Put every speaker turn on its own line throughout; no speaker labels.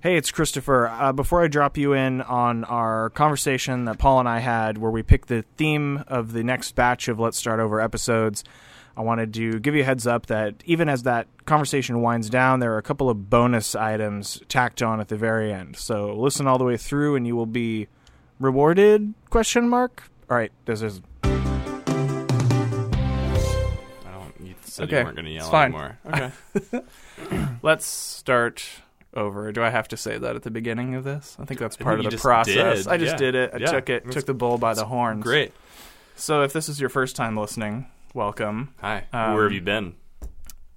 Hey, it's Christopher. Uh, before I drop you in on our conversation that Paul and I had, where we picked the theme of the next batch of Let's Start Over episodes, I wanted to give you a heads up that even as that conversation winds down, there are a couple of bonus items tacked on at the very end. So listen all the way through, and you will be rewarded? Question mark. All right, this is
I don't. You said
Okay,
you weren't going to yell
it's fine.
anymore. Okay.
Let's start over. Do I have to say that at the beginning of this? I think that's
I
part
think you
of the
just
process.
did,
I just
yeah,
did it. I
yeah.
took it.
That's-
Took the bull by the horns.
Great.
So if this is your first time listening, welcome.
Hi.
Um,
Where have you been?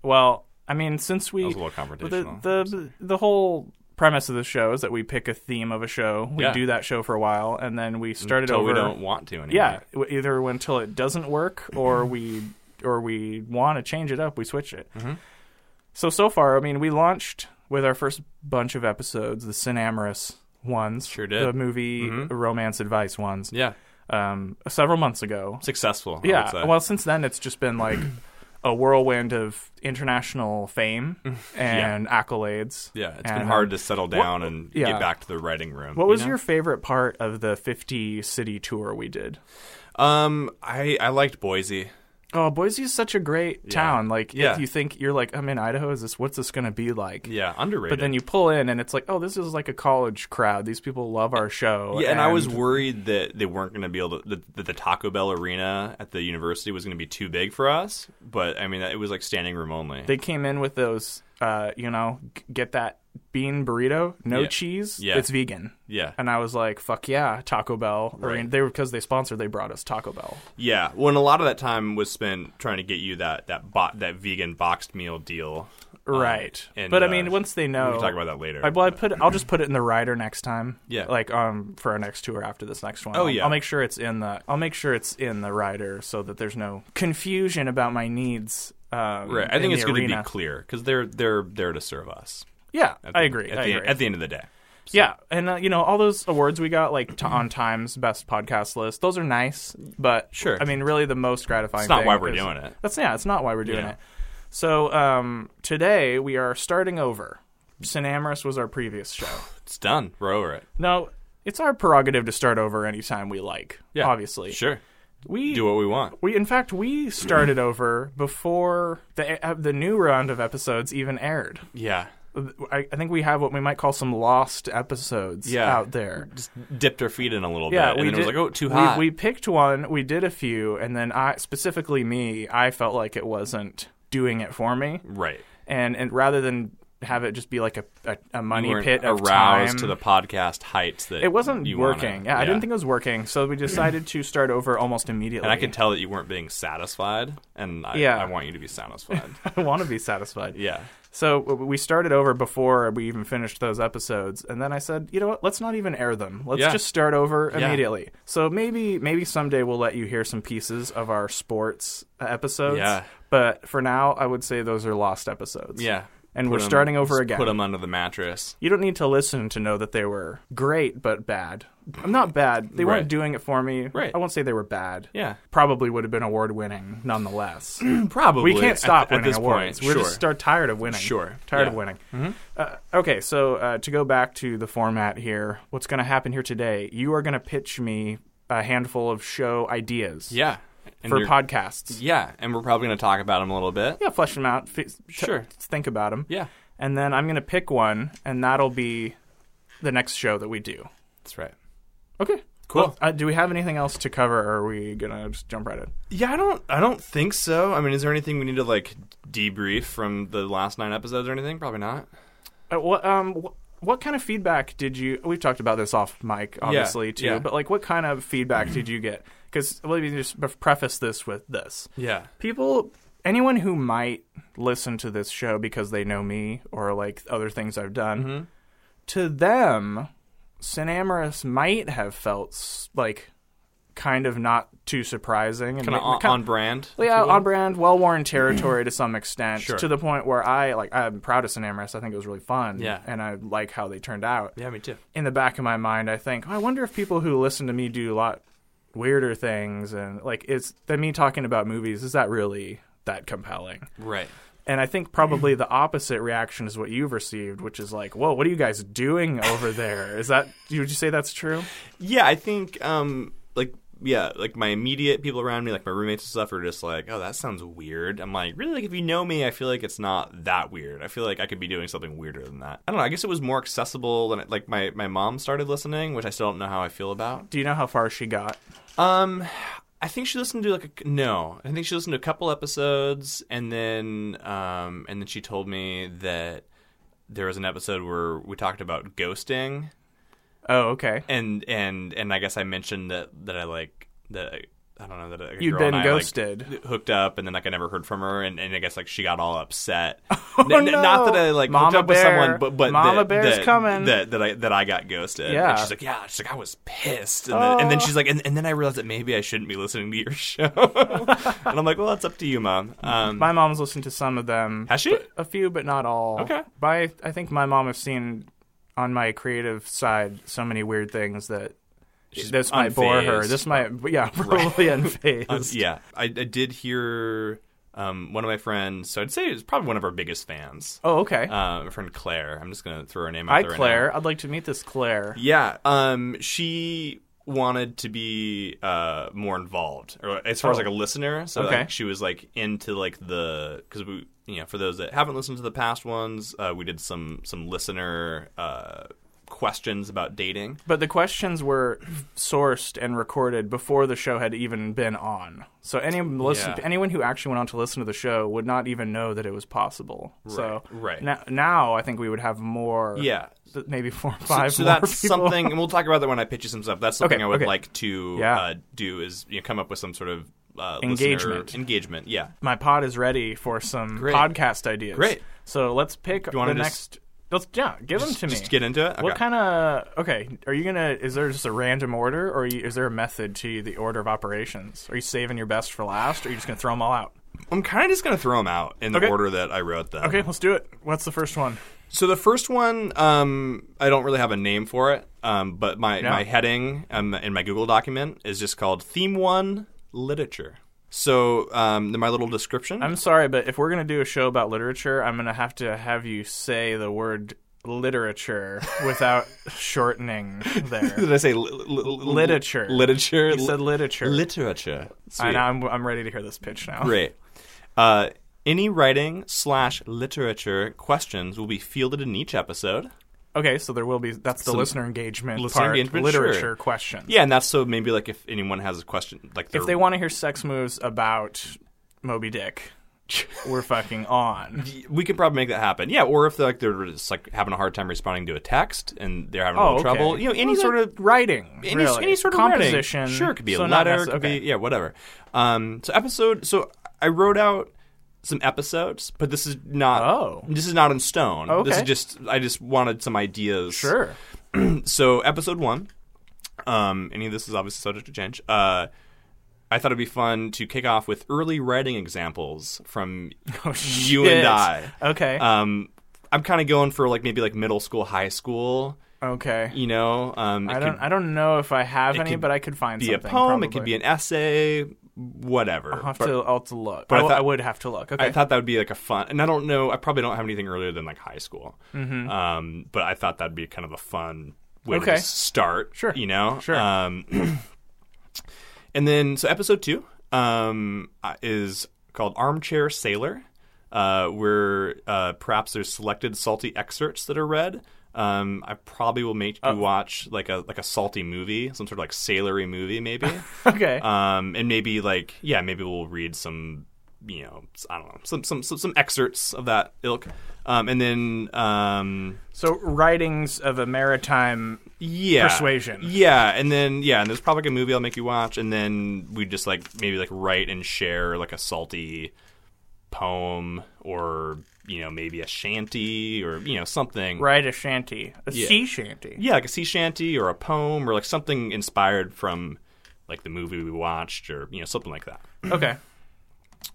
Well, I mean, since we
That was a little
But the,
confrontational.
the the whole premise of the show is that we pick a theme of a show, we
Yeah.
do that show for a while, and then we start it
Until
over.
we don't want to anymore.
yeah, w- either until it doesn't work or we or we want to change it up, we switch it.
Mm-hmm.
So so far, I mean, we launched with our first bunch of episodes, the Cinamorous ones,
Sure did. Mm-hmm.
the movie romance advice ones,
Yeah.
um, several months ago.
Successful. I would
Yeah.
say.
Well, since then, it's just been like a whirlwind of international fame and accolades.
Yeah. It's
And,
been
um,
hard to settle down and
yeah.
get back to the writing room.
What was
you know?
your favorite part of the 50 city tour we did?
Um, I I liked Boise.
Oh, Boise is such a great town. Like,
Yeah.
if you think you're like, I'm in Idaho, is this what's this going to be like?
Yeah, underrated.
But then you pull in and it's like, oh, this is like a college crowd. These people love our show.
Yeah, and, I was worried that they weren't going to be able to that, that the Taco Bell arena at the university was going to be too big for us. But I mean, it was like standing room only.
They came in with those, uh, you know, g- get that bean burrito, no
Yeah.
cheese.
Yeah.
It's vegan.
yeah,
And I was like, fuck yeah, Taco Bell. I mean,
Right.
they were because they sponsored, they brought us Taco Bell.
yeah. When a lot of that time was spent trying to get you that that bo- that vegan boxed meal deal. Um,
Right.
and,
but I
uh,
mean, once they know.
we can talk about that later.
I, well, I put I'll just put it in the rider next time.
Yeah.
Like um for our next tour after this next one.
Oh,
I'll-
yeah.
I'll make sure it's in the I'll make sure it's in the rider so that there's no confusion about my needs. Um,
right. I think it's
going to
to be clear because they're they're there to serve us.
Yeah,
At
I
the-
agree.
At
I
the,
agree.
At the end of the day,
yeah, and uh, you know all those awards we got like t- on Time's best podcast list. Those are nice, but
Sure.
I mean, really the most gratifying.
It's not
thing
why we're
is-
doing it.
That's yeah, it's not why we're doing
Yeah.
it. So um, today we are starting over. Sinamorous was our previous show.
it's done. We're over it.
No, it's our prerogative to start over anytime we like.
Yeah,
obviously.
Sure,
We
do what we want.
we in fact we started over before the uh, the new round of episodes even aired.
Yeah,
I, I think we have what we might call some lost episodes
Yeah.
out there.
just dipped our feet in a little
Yeah,
bit, and
we
then it was
did-
like, oh, too
we-
hot.
We, picked one, we did a few, and then I specifically me, I felt like it wasn't doing it for me,
right.
and and rather than have it just be like a a, a money
you weren't
pit of
aroused
time,
to the podcast heights that
it wasn't
you wanted.
working. Yeah, I didn't think it was working, so we decided to start over almost immediately.
and I could tell that you weren't being satisfied, and I,
Yeah.
I want you to be satisfied.
I want to be satisfied.
yeah,
So w- we started over before we even finished those episodes, and then I said, you know what? Let's not even air them. Let's
Yeah.
just start over
Yeah.
immediately. So maybe maybe someday we'll let you hear some pieces of our sports uh, episodes.
Yeah.
But for now, I would say those are lost episodes.
yeah.
And
Put
we're
'em-
starting over
just
again.
Put them under the mattress.
You don't need to listen to know that they were great but bad. I'm not bad. They
Right.
weren't doing it for me.
Right.
I won't say they were bad.
Yeah,
Probably would have been award winning nonetheless.
probably.
We can't stop
at,
winning
at this
awards.
point.
We're
sure.
just start tired of winning.
Sure.
tired of
Yeah. Mm-hmm.
winning. Uh, okay, so uh, to go back to the format here, what's going to happen here today? You are going to pitch me a handful of show ideas
yeah, and
for
you're-
podcasts.
Yeah, and we're probably going to talk about them a little bit.
Yeah, flesh them out. F-
Sure.
think about them.
Yeah,
and then I'm going to pick one, and that'll be the next show that we do.
that's right.
Okay.
Cool.
Well, uh, do we have anything else to cover, or are we gonna just jump right in?
Yeah, I don't. I don't think so. I mean, is there anything we need to like debrief from the last nine episodes or anything? Probably not.
Uh, what um wh- what kind of feedback did you? We've talked about this off mic, obviously too.
yeah.
But like, what kind of feedback did you get? Because let me just pref- preface this with this:
Yeah.
people, anyone who might listen to this show because they know me or like other things I've done,
Mm-hmm.
to them, Cinamorous might have felt s- like kind of not too surprising and
Kind of
ma-
on,
kin-
on brand. if
yeah,
you will.
on brand, well worn territory to some extent,
Sure.
to the point where I like I'm proud of Amorous. I think it was really fun.
Yeah.
And I like how they turned out.
Yeah, me too.
In the back of my mind I think, oh, I wonder if people who listen to me do a lot weirder things and like it's than me talking about movies, is that really that compelling?
Right.
And I think probably the opposite reaction is what you've received, which is like, "Whoa, what are you guys doing over there?" Is that would you say that's true?
Yeah, I think um like yeah, like my immediate people around me, like my roommates and stuff, are just like, "Oh, that sounds weird." I'm like, really? Like, if you know me, I feel like it's not that weird. I feel like I could be doing something weirder than that. I don't know. I guess it was more accessible than it, like my my mom started listening, which I still don't know how I feel about.
Do you know how far she got?
Um, I think she listened to like a, no, I think she listened to a couple episodes, and then um, and then she told me that there was an episode where we talked about ghosting,
Oh, okay.
and and and I guess I mentioned that that I like that. I, I don't know that a
You'd
girl
been
and I, like,
ghosted.
hooked up, and then like I never heard from her, and, and I guess like she got all upset.
Oh, no.
Not that I like hooked
Mama
up with
Bear.
someone, but but
Mama
that,
Bear's
that,
coming.
That, that I that I got ghosted.
Yeah. Oh.
And she's like, yeah. She's like, I was pissed, and, then, and then she's like, and, and then I realized that maybe I shouldn't be listening to your show, and I'm like, well, that's up to you, mom. Um,
My mom's listened to some of them.
Has she?
but A few, but not all.
Okay.
But I, I think my mom has seen on my creative side so many weird things that
She's
this might bore her.
unfazed.
This might, yeah, probably unfazed.
Um, yeah, I, I did hear um, one of my friends. So I'd say it's probably one of our biggest fans.
Oh, okay.
Uh, my friend Claire. I'm just gonna throw her name out
Hi,
there. right now.
Claire. I'd like to meet this Claire.
Yeah. Um, she wanted to be uh, more involved, or as far as like a listener. So
Oh. Okay.
like, she was like into like the because we you know for those that haven't listened to the past ones, uh, we did some some listener uh, questions about dating.
But the questions were sourced and recorded before the show had even been on. So any listen,
Yeah.
anyone who actually went on to listen to the show would not even know that it was possible. So
right.
Now, now I think we would have more.
Yeah.
th- maybe four or
So-
five.
so
more
that's
people.
something, and we'll talk about that when I pitch you some stuff. That's something
Okay,
I would
okay.
like to
Yeah.
uh, do is you know, come up with some sort of uh, listener
Engagement.
Engagement, yeah.
My pod is ready for some
Great.
podcast ideas.
Great.
So let's pick
you wanna
the
just-
next. Let's yeah, give them to me.
Just get into it. Okay.
What kind of okay? Are you gonna? Is there just a random order, or you, is there a method to the order of operations? Are you saving your best for last, or are you just gonna throw them all out?
I'm kind of just going to throw them out in the
Okay.
order that I wrote them.
Okay, let's do it. What's the first one?
So the first one, um, I don't really have a name for it, um, but my, my heading um, in my Google document is just called Theme One Literature. So um, my little description.
I'm sorry, but if we're gonna do a show about literature, I'm gonna have to have you say the word literature without shortening there.
did I say li- li- li-
Literature.
Literature.
You said literature.
literature. Sweet.
And I'm I'm ready to hear this pitch now.
Great. Uh, any writing slash literature questions will be fielded in each episode.
Okay, so there will be that's the listener engagement
listener
part,
engagement,
literature
sure.
question.
Yeah, and that's so maybe like if anyone has a question, like
If they want to hear sex moves about Moby Dick, we're fucking on.
we could probably make that happen. Yeah, or if they're, like they're just like having a hard time responding to a text and they're having a
Oh,
little
okay.
trouble, you know, any
Well,
sort
that-
of
writing,
any,
really.
any sort of writing.
composition.
Sure, it could be
so
a
not
letter, it
necess-
could
okay.
be yeah, whatever. Um, so episode, so I wrote out some episodes, but this is not.
Oh.
this is not in stone. This is
Okay.
just I just wanted some ideas.
Sure.
So episode one, um, any of this is obviously subject to change. Uh, I thought it'd be fun to kick off with early writing examples from you
Oh, Shit.
and I.
Okay.
Um, I'm kind of going for like maybe like middle school, high school.
okay.
You know, um, it
I don't.
could
I don't know if I have any,
could
but I could find
be a
something. Uh-huh.
poem. It could be an essay. Whatever.
I'll have
But
to. I'll have to look.
I
I, w-
thought-
I would have to look. Okay.
I thought that would be like a fun, and I don't know. I probably don't have anything earlier than like high school. Mm-hmm. Um, but I thought that'd be kind of a fun way to
Okay.
just start.
Sure.
You know.
Sure.
Um, and then so episode two um, uh, is called Armchair Sailor, uh, where uh, perhaps there's selected salty excerpts that are read. Um, I probably will make
Uh.
you watch like a like a salty movie, some sort of like sailory movie, maybe.
okay.
um, and maybe like yeah, maybe we'll read some you know s- I don't know some some some, some excerpts of that ilk, um, and then um,
so writings of a maritime.
yeah,
Persuasion.
yeah, and then yeah, and there's probably like a movie I'll make you watch, and then we just like maybe like write and share like a salty poem or you know maybe a shanty or you know something
Write a shanty, a
Yeah.
sea shanty.
yeah, like a sea shanty or a poem or like something inspired from like the movie we watched or you know something like that.
Okay.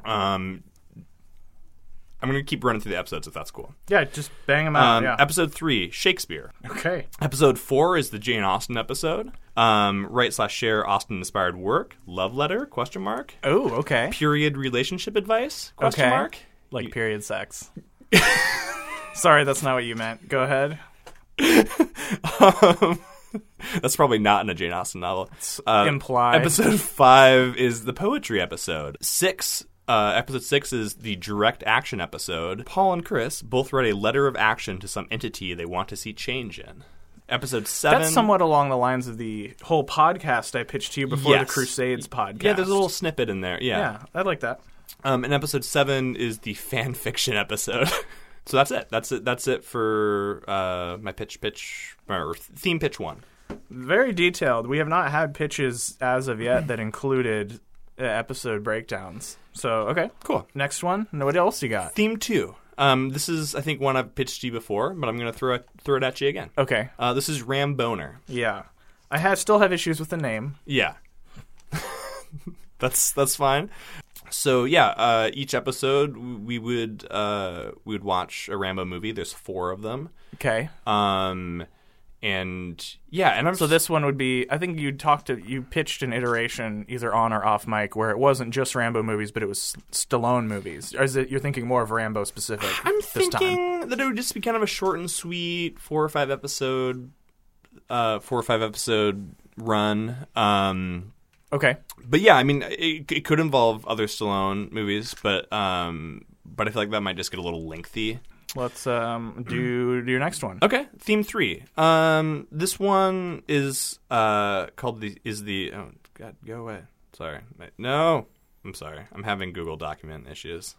Um, I'm going to keep running through the episodes if that's cool.
Yeah, just bang them out.
Um,
yeah.
Episode three, Shakespeare.
okay.
Episode four is the Jane Austen episode. Um, write slash share Austen inspired work. Love letter? Question mark.
Oh, okay.
Period relationship advice? Question
Okay.
mark.
like period sex. Sorry, that's not what you meant. Go ahead.
That's probably not in a Jane Austen novel. Uh,
implied.
Episode five is the poetry episode. Six. Uh, episode six is the direct action episode. Paul and Chris both write a letter of action to some entity they want to see change in. Episode seven.
That's somewhat along the lines of the whole podcast I pitched to you before
Yes.
the Crusades podcast.
Yeah, there's a little snippet in there. Yeah.
Yeah, I like that.
Um, and episode seven is the fan fiction episode. so that's it. That's it. That's it for uh, my pitch, pitch or theme pitch one.
Very detailed. We have not had pitches as of yet that included uh, episode breakdowns. So okay,
Cool.
next one. No, what else you got?
Theme two. Um, this is I think one I've pitched to you before, but I'm gonna throw it throw it at you again.
Okay,
Uh, this is Ram Boner.
yeah, I have still have issues with the name.
Yeah, that's that's fine. So yeah, uh, each episode we would uh, we would watch a Rambo movie. There's four of them.
Okay,
Um, and yeah, and I'm
so this one would be. I think you talked to you pitched an iteration either on or off mic where it wasn't just Rambo movies, but it was Stallone movies. Or is it you're thinking more of Rambo specific?
I'm
this time.
thinking that it would just be kind of a short and sweet four or five episode, uh, four or five episode run. Um,
Okay,
but yeah, I mean, it, it could involve other Stallone movies, but um, but I feel like that might just get a little lengthy.
let's um do do your next one.
Okay, theme three. Um, this one is uh called the is the oh god go away. Sorry, no, I'm sorry. I'm having Google document issues.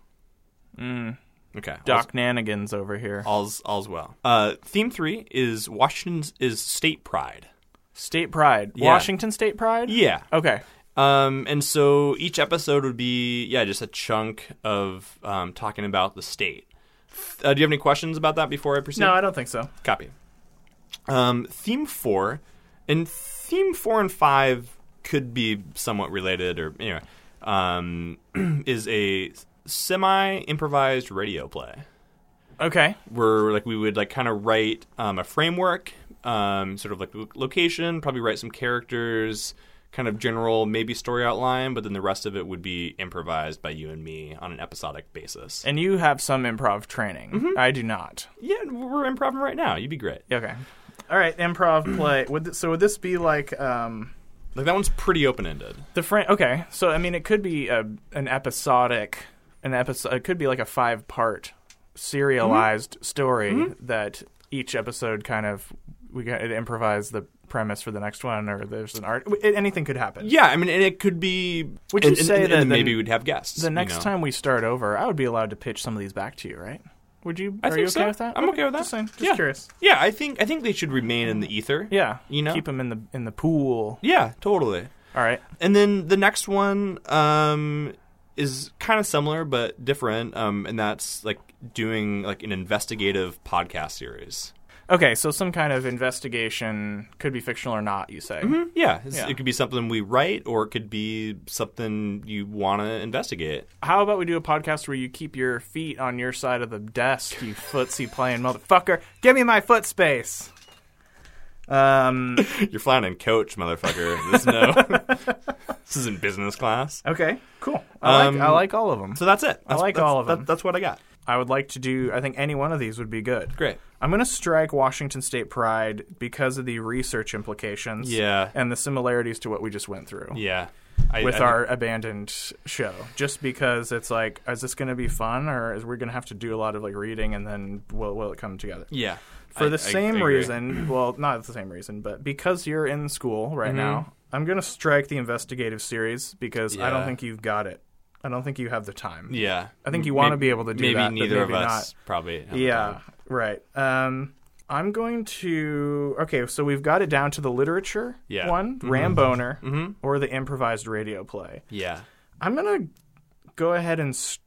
Mm. Okay, I'll-
Doc Nanigans over here.
All's all's well. Uh, theme three is Washington's is state pride.
State pride.
Yeah.
Washington state pride.
Yeah.
Okay.
Um, and so each episode would be yeah just a chunk of um, talking about the state. Uh, do you have any questions about that before I proceed?
No, I don't think so.
Copy. Um, theme four, and theme four and five could be somewhat related, or anyway, um, is a semi improvised radio play.
Okay.
where like we would like kind of write um, a framework, um, sort of like lo- location, probably write some characters, kind of general maybe story outline, but then the rest of it would be improvised by you and me on an episodic basis.
And you have some improv training. I do not.
yeah, we're improvising right now. You'd be great.
Okay. All right, improv play. Would th- so would this be like um
Like that one's pretty open ended.
the frame? Okay, so I mean, it could be a, an episodic, an episode. It could be like a five part serialized
Mm-hmm.
story that each episode kind of we got it improvise the premise for the next one, or there's an art. It, anything could happen.
Yeah, I mean, and it could be.
Would you
and- and-
say
and
that
then
the-
maybe we'd have guests
The
you
next
know?
time we start over, I would be allowed to pitch some of these back to you, right? Would you?
I
are
think
you okay
so.
with that?
I'm okay with that.
Just, saying, just
Yeah.
curious.
Yeah, I think I think they should remain in the ether.
Yeah,
You know?
keep them in the in the pool.
Yeah, totally.
All right.
And then the next one um, is kind of similar but different, um, and that's like doing like an investigative podcast series.
Okay, so some kind of investigation could be fictional or not. You say.
Yeah, it's-
Yeah.
it could be something we write, or it could be something you want to investigate.
How about we do a podcast where you keep your feet on your side of the desk, you footsie playing motherfucker? Give me my foot space. Um.
You're flying in coach, motherfucker. This no, this isn't business class.
Okay. Cool. I
Um,
like I like all of them.
So that's it. That's,
like
that's-
all of
that-
them.
that's what I got.
I would like to do. I think any one of these would be good.
Great.
I'm going to strike Washington State Pride because of the research implications
Yeah.
and the similarities to what we just went through
Yeah. I,
with
I-
our abandoned show. Just because it's like, is this going to be fun or is we going to have to do a lot of like reading and then will, will it come together?
yeah.
For
I- I-
the
I
same
agree.
reason, well, not the same reason, but because you're in school right now, I'm going to strike the investigative series because I
Mm-hmm. Yeah.
don't think you've got it. I don't think you have the time.
Yeah.
I think you
M-
wanna
maybe-
be able to do
maybe
that, but
neither of
maybe
us probably. have the
Yeah,
time.
right. Um, I'm going to. Okay, so we've got it down to the literature
Yeah. Mm-hmm.
one, Ramboner, or the improvised radio play.
Yeah.
I'm going to go ahead and strike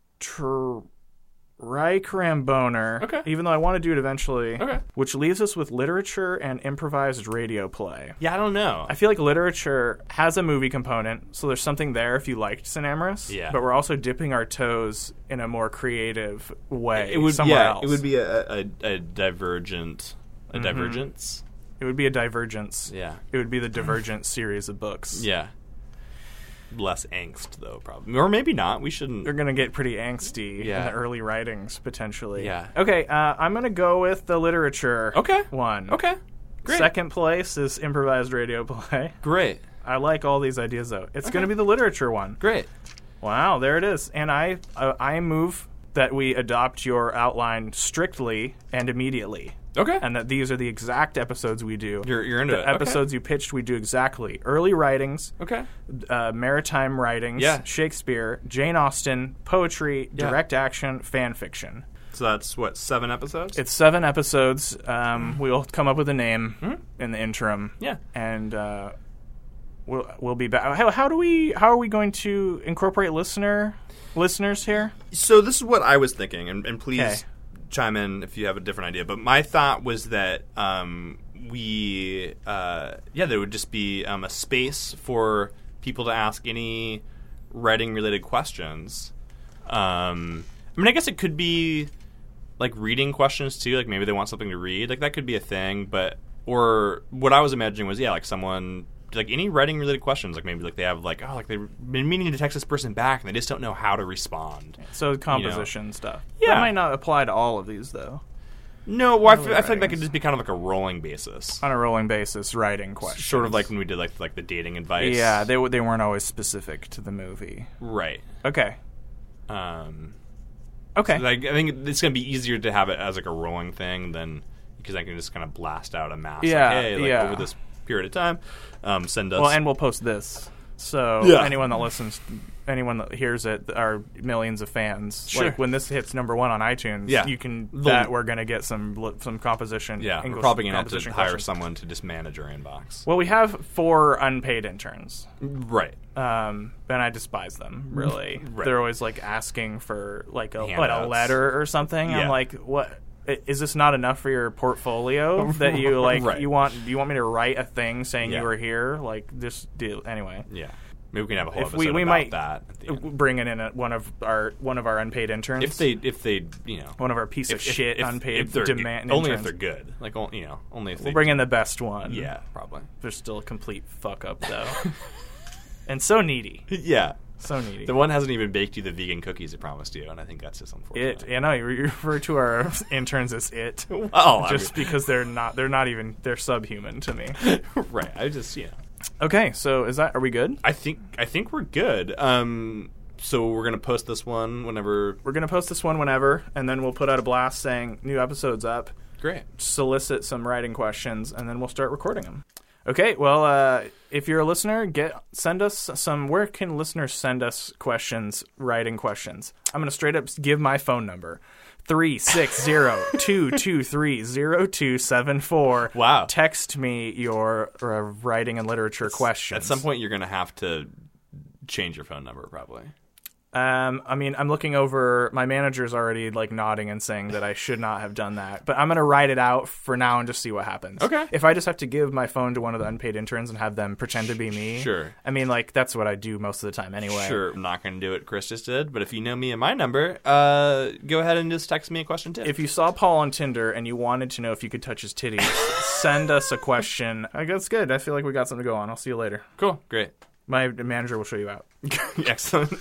Ramboner,
Okay.
even though I want to do it eventually,
Okay.
which leaves us with literature and improvised radio play.
Yeah, I don't know.
I feel like literature has a movie component, so there's something there if you liked Synamorous.
Yeah.
But we're also dipping our toes in a more creative way.
it would
somewhere
yeah,
else.
it would be a, a, a divergent a
Mm-hmm.
divergence.
It would be a divergence.
Yeah.
It would be the Divergent series of books.
Yeah. less angst though, probably, or maybe not. We
They're
shouldn't.
gonna get pretty angsty in
Yeah.
the early writings potentially.
Yeah. Oh.
Okay, uh, I'm gonna go with the literature.
Okay.
One.
Okay, great,
Second place is improvised radio play.
great,
I like all these ideas though. It's gonna be the literature one.
great.
Wow, there it is. And I, uh, I move that we adopt your outline strictly and immediately,
Okay,
and that these are the exact episodes we do.
you're you're into
the
it. Okay.
episodes you pitched, we do exactly early writings,
Okay.
uh, maritime writings,
Yeah.
Shakespeare, Jane Austen, poetry,
Yeah.
direct action, fan fiction.
So that's what seven episodes.
It's seven episodes. Um, we'll come up with a name
Hmm?
in the interim.
Yeah.
and uh, we'll we'll be back. How, how do we? How are we going to incorporate listener listeners here?
So this is what I was thinking, and, and please
Okay.
chime in if you have a different idea. But my thought was that um, we, uh, yeah, there would just be um, a space for people to ask any writing-related questions. Um, I mean, I guess it could be like reading questions too. Like maybe they want something to read. Like that could be a thing. But or what I was imagining was yeah, like someone like any writing related questions. Like maybe like they have like oh like they've been meaning to text this person back and they just don't know how to respond.
So composition stuff.
Yeah.
that might not apply to all of these though.
No, well, I
Early
feel, I feel like that could
writings.
just be kind of like a rolling basis,
On a rolling basis, writing Uh, questions.
sort of like when we did like like the dating advice.
yeah, they w- they weren't always specific to the movie.
right.
Okay,
Um,
okay,
like I think it's gonna be easier to have it as like a rolling thing than because I can just kind of blast out a mass.
Yeah,
like, hey, like,
yeah.
Over this period of time, um, send us.
Well, and we'll post this. So
Yeah.
anyone that listens, anyone that hears it, our millions of fans.
Sure.
Like when this hits number one on iTunes,
Yeah.
you can
The-
that we're gonna get some li- some composition.
yeah, we're
English
probably gonna have to
composition
hire
questions.
someone to just manage our inbox.
Well, we have four unpaid interns,
right.
um, and I despise them. Really,
Right.
they're always like asking for like a what a
Handouts.
letter or something.
Yeah.
I'm like, what i- is this not enough for your portfolio that you like?
Right.
You want you want me to write a thing saying
Yeah.
you were here? Like this deal anyway.
Yeah. Maybe we can have a whole
If
episode
we- we
about
might-
that. At the end.
bringing in a, one of our one of our unpaid interns.
If they, if they, you know,
one of our piece of
if-
shit
if-
unpaid
if they're good-
demand
only if
interns.
they're good. Like, on- you know, only if they
we'll bring in the best one.
Yeah, probably.
they're still a complete fuck up though, and so needy,
Yeah.
so needy.
The one hasn't even baked you the vegan cookies it promised you, and I think that's just unfortunate.
it, yeah, no, you re- you refer to our interns as it,
Well, Oh, I
just because they're not, they're not even, they're subhuman to me.
mean, right. I just yeah.
Okay, so is that, are we good?
I think I think we're good. Um, so we're gonna post this one whenever.
We're gonna post this one whenever, and then we'll put out a blast saying new episodes up.
Great.
solicit some writing questions and then we'll start recording them okay well uh, if you're a listener get send us some where can listeners send us questions writing questions i'm gonna straight up give my phone number 360-223-0274
Wow.
text me your uh, writing and literature questions
At some point, you're gonna have to change your phone number, probably.
Um, I mean, I'm looking over. My manager's already like nodding and saying that I should not have done that, but I'm gonna write it out for now and just see what happens.
Okay.
If I just have to give my phone to one of the unpaid interns and have them pretend to be me,
Sure.
I mean, like that's what I do most of the time anyway.
Sure, I'm not gonna do what Chris just did, but if you know me and my number, uh, go ahead and just text me a question too.
If you saw Paul on Tinder and you wanted to know if you could touch his titties, send us a question. I guess it's good. I feel like we got something to go on. I'll see you later.
cool, great,
My manager will show you out.
excellent.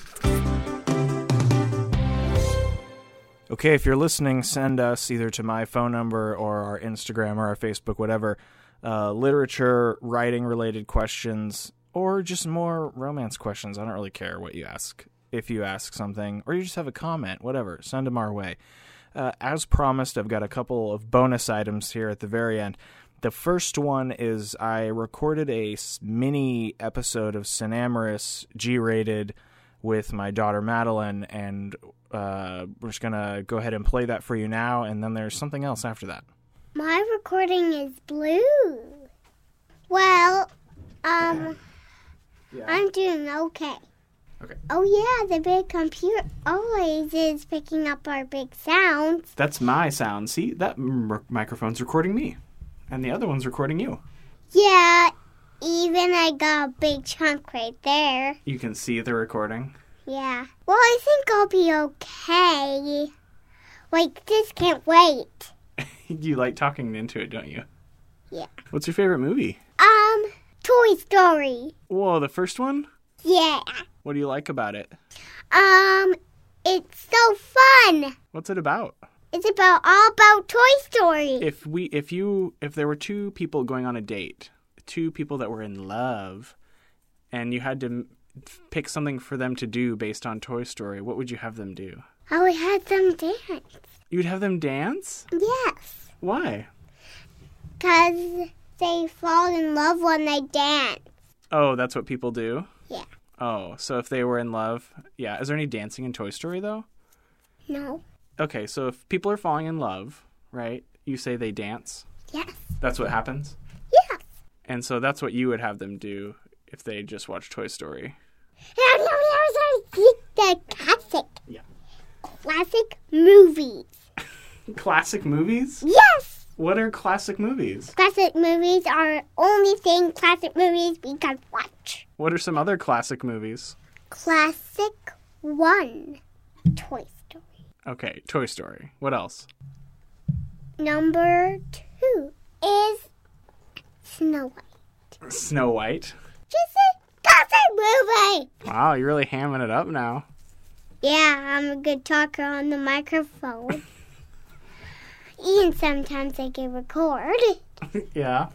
Okay, if you're listening, send us either to my phone number or our Instagram or our Facebook, whatever, uh, literature, writing related questions, or just more romance questions. I don't really care what you ask. If you ask something, or you just have a comment, whatever, send them our way. Uh, as promised, I've got a couple of bonus items here at the very end. The first one is I recorded a s- mini episode of Cinamorous G rated with my daughter Madeline, and uh, we're just going to go ahead and play that for you now, and then there's something else after that.
My recording is blue. Well, um, I'm doing okay.
Okay.
Oh yeah, the big computer always is picking up our big sounds.
That's my sound. See, that m- microphone's recording me, and the other one's recording you.
Yeah, even I got a big chunk right there.
You can see the recording.
Yeah. Well, I think I'll be okay. Like, just can't wait.
you like talking into it, don't you?
Yeah.
What's your favorite movie?
Um, Toy Story.
Whoa, the first one?
Yeah.
What do you like about it?
Um, it's so fun.
What's it about?
It's about all about Toy Story.
If we if you if there were two people going on a date, two people that were in love, and you had to m- pick something for them to do based on Toy Story, what would you have them do?
Oh, we had some dance.
You'd have them dance?
Yes,
Why?
because they fall in love when they dance.
Oh, that's what people do.
Yeah.
Oh, so if they were in love, yeah. Is there any dancing in Toy Story though?
No.
Okay, so if people are falling in love, right? You say they dance.
Yes.
That's what happens.
Yes.
And so that's what you would have them do if they just watched Toy Story.
the classic.
Yeah.
Classic movies.
Classic movies?
Yes.
What are classic movies?
Classic movies are only thing classic movies we can watch.
What are some other classic movies?
Classic one. Toy Story.
Okay, Toy Story. What else?
Number two is Snow White.
Snow White.
Just a classic movie.
Wow, you're really hamming it up now.
Yeah, I'm a good talker on the microphone. and sometimes I can record.
Yeah.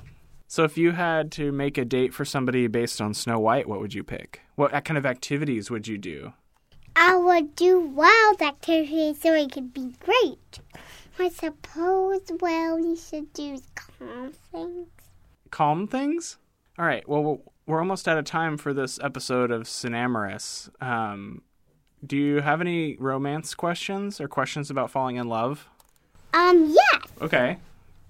So if you had to make a date for somebody based on Snow White, what would you pick? What kind of activities would you do?
I would do wild activities so it could be great. I suppose, well, you should do calm things.
Calm things? All right. Well, we're almost out of time for this episode of Cinamorous. Um, do you have any romance questions or questions about falling in love?
Um, yes.
Okay.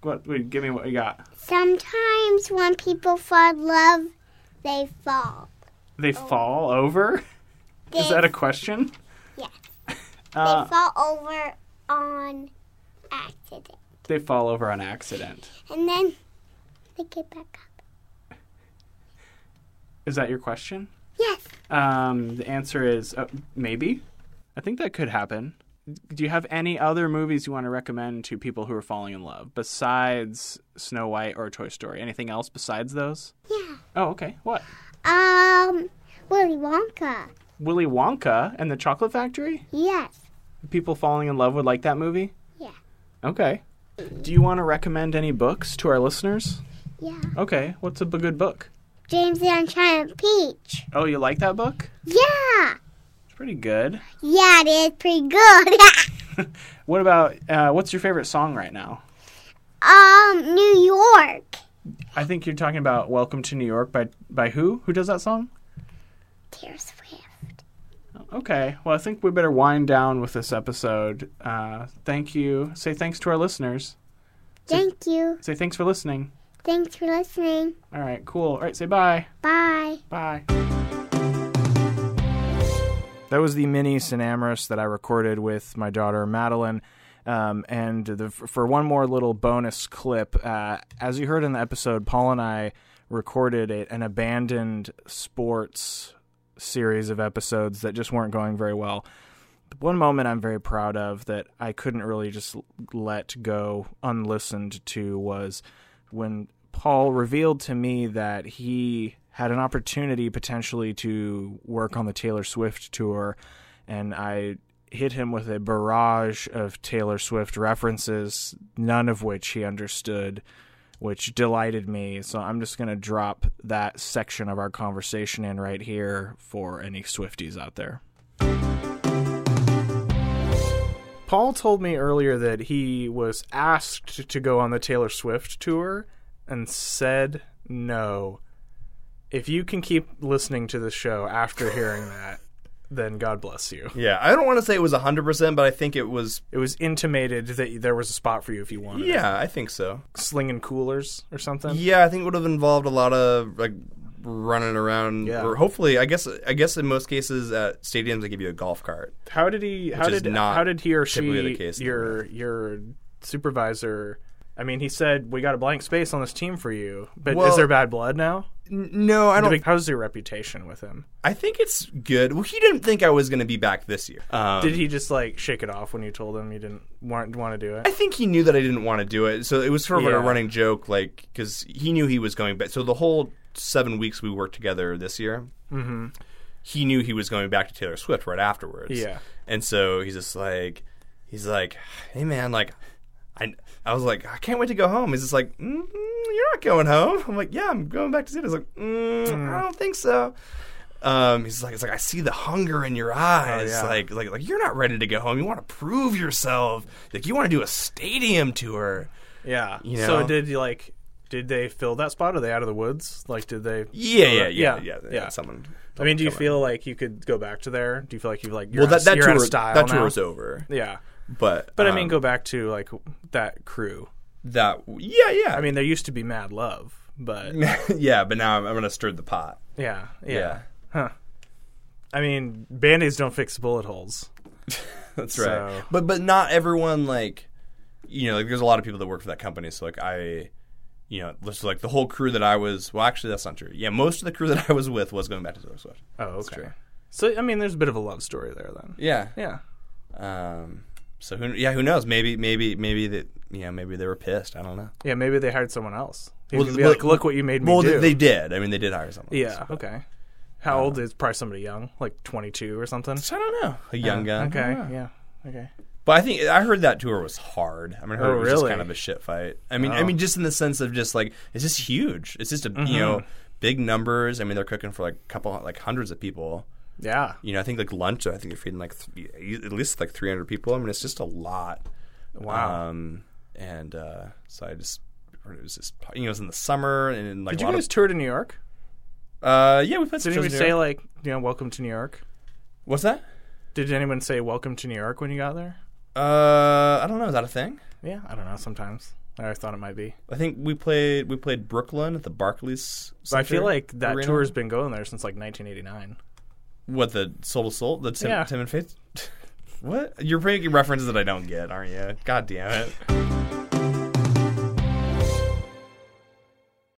What? Wait, give me what you got.
Sometimes when people fall in love, they fall.
They fall over?
They,
Is that a question?
Yes.
Uh,
they fall over on accident.
they fall over on accident.
And then they get back up.
Is that your question?
Yes.
Um, the answer is uh, maybe. I think that could happen. Do you have any other movies you want to recommend to people who are falling in love besides Snow White or Toy Story? Anything else besides those?
Yeah.
Oh, okay. What?
Um, Willy Wonka.
Willy Wonka and the Chocolate Factory?
Yes.
People falling in love would like that movie?
Yeah.
Okay. Do you want to recommend any books to our listeners?
Yeah.
Okay. What's a b- good book?
James the Unchained Peach.
Oh, you like that book?
Yeah.
It's pretty good.
Yeah, it is pretty good.
What about uh, what's your favorite song right now?
um, New York.
I think you're talking about "Welcome to New York" by by who? Who does that song?
Taylor Swift.
Okay, well I think we better wind down with this episode. Uh, thank you. Say thanks to our listeners.
Thank you.
Say thanks for listening.
Thanks for listening.
All right, cool. All right, say bye.
Bye.
Bye.
That was the mini Cinamorous that I recorded with my daughter Madeline. Um, and the, for one more little bonus clip, uh, as you heard in the episode, Paul and I recorded a, an abandoned sports series of episodes that just weren't going very well. But One moment I'm very proud of that I couldn't really just let go unlistened to was when Paul revealed to me that he had an opportunity potentially to work on the Taylor Swift tour, and I hit him with a barrage of Taylor Swift references, none of which he understood, which delighted me. So I'm just going to drop that section of our conversation in right here for any Swifties out there. Paul told me earlier that he was asked to go on the Taylor Swift tour and said no. If you can keep listening to the show after hearing that, then God bless you.
Yeah, I don't want to say it was 100%, but I think it was.
It was intimated that there was a spot for you if you wanted it.
Yeah, I think so.
slinging coolers or something.
Yeah, I think it would have involved a lot of like running around
Yeah.
or hopefully I guess I guess in most cases at stadiums they give you a golf cart.
How did he? How
is
did
not
how did he or she?
typically the case in
your your supervisor. I mean, he said we got a blank space on this team for you, but
Well-
is there bad blood now?
N- No, I don't
How's your reputation with him?
I think it's good. Well, he didn't think I was going to be back this year. Um,
Did he just like shake it off when you told him you didn't want want to do
I
it?
think he knew that I didn't want to do it, so it was sort of a
Yeah.
running joke, like because he knew he was going back. So the whole seven weeks we worked together this year, he knew he was going back to Taylor Swift right afterwards.
Yeah.
And so he's just like, he's like, hey man, like, I, I was like, I can't wait to go home. He's just like, mm, you're not going home. I'm like, yeah, I'm going back to see it. He's like, mm, I don't think so. Um, he's like, it's like I see the hunger in your eyes.
yeah.
Like, like, like you're not ready to go home. You want to prove yourself. Like, you want to do a stadium tour.
Yeah.
You know?
So did you like? Did they fill that spot? Are they out of the woods? Like, did they?
Yeah, yeah, yeah, yeah,
Yeah,
yeah.
yeah.
Someone.
I mean, do you
come on.
feel like you could go back to there? Do you feel like you've like you're
Well,
well,
that that
you're out
tour
of style
that
now?
tour is over.
Yeah,
But
but
um,
I mean, go back to like that crew.
that yeah yeah.
I mean, there used to be Mad Love,
Mm.
but
yeah, but now I'm, I'm gonna stir the pot.
yeah, yeah.
Yeah,
I mean, band aids don't fix bullet holes.
that's
So-
right. But but not everyone like you know like there's a lot of people that work for that company. So like I you know just like the whole crew that I was well actually that's not true. Yeah, most of the crew that I was with was going back to Taylor Swift.
Oh, okay. So I mean, there's a bit of a love story there then.
Yeah.
Yeah.
Um. So who yeah who knows maybe maybe maybe that you know maybe they were pissed. I don't know.
Yeah, maybe they hired someone else. They
Well,
could be
well-
like, look what you made me
well
do.
they did. I mean they did hire someone. else,
yeah.
but-
Okay. How old is probably somebody young, like 22 or something?
I don't know. A young gun.
Uh, Okay.
I don't know.
Yeah. Okay.
But I think I heard that tour was hard. I mean, I heard
Oh,
it was just
really? Oh.
kind of a shit fight. I mean, I mean, just in the sense of just like it's just huge. It's just a you
Mm-hmm.
know big numbers. I mean, they're cooking for like a couple like hundreds of people.
Yeah.
You know, I think like lunch. I think they're feeding like th- at least like three hundred people. I mean, it's just a lot.
Wow.
Um, and uh, so I just heard it was just you know it was in the summer and in, like a
Did you
lot
guys tour to New York?
of uh yeah we played. some
Did anyone
shows in New
say
York.
like, you know, welcome to New York?
what's that?
Did anyone say welcome to New York when you got there?
Uh, I don't know. Is that a thing?
Yeah, I don't know. Sometimes I always thought it might be.
I think we played we played Brooklyn at the Barclays.
But I feel
Center
like that
Arena.
tour has been going there since like 1989.
What the soul to soul? The Tim,
Yeah.
Tim and Faith? what? You're making references that I don't get, aren't you? God damn it!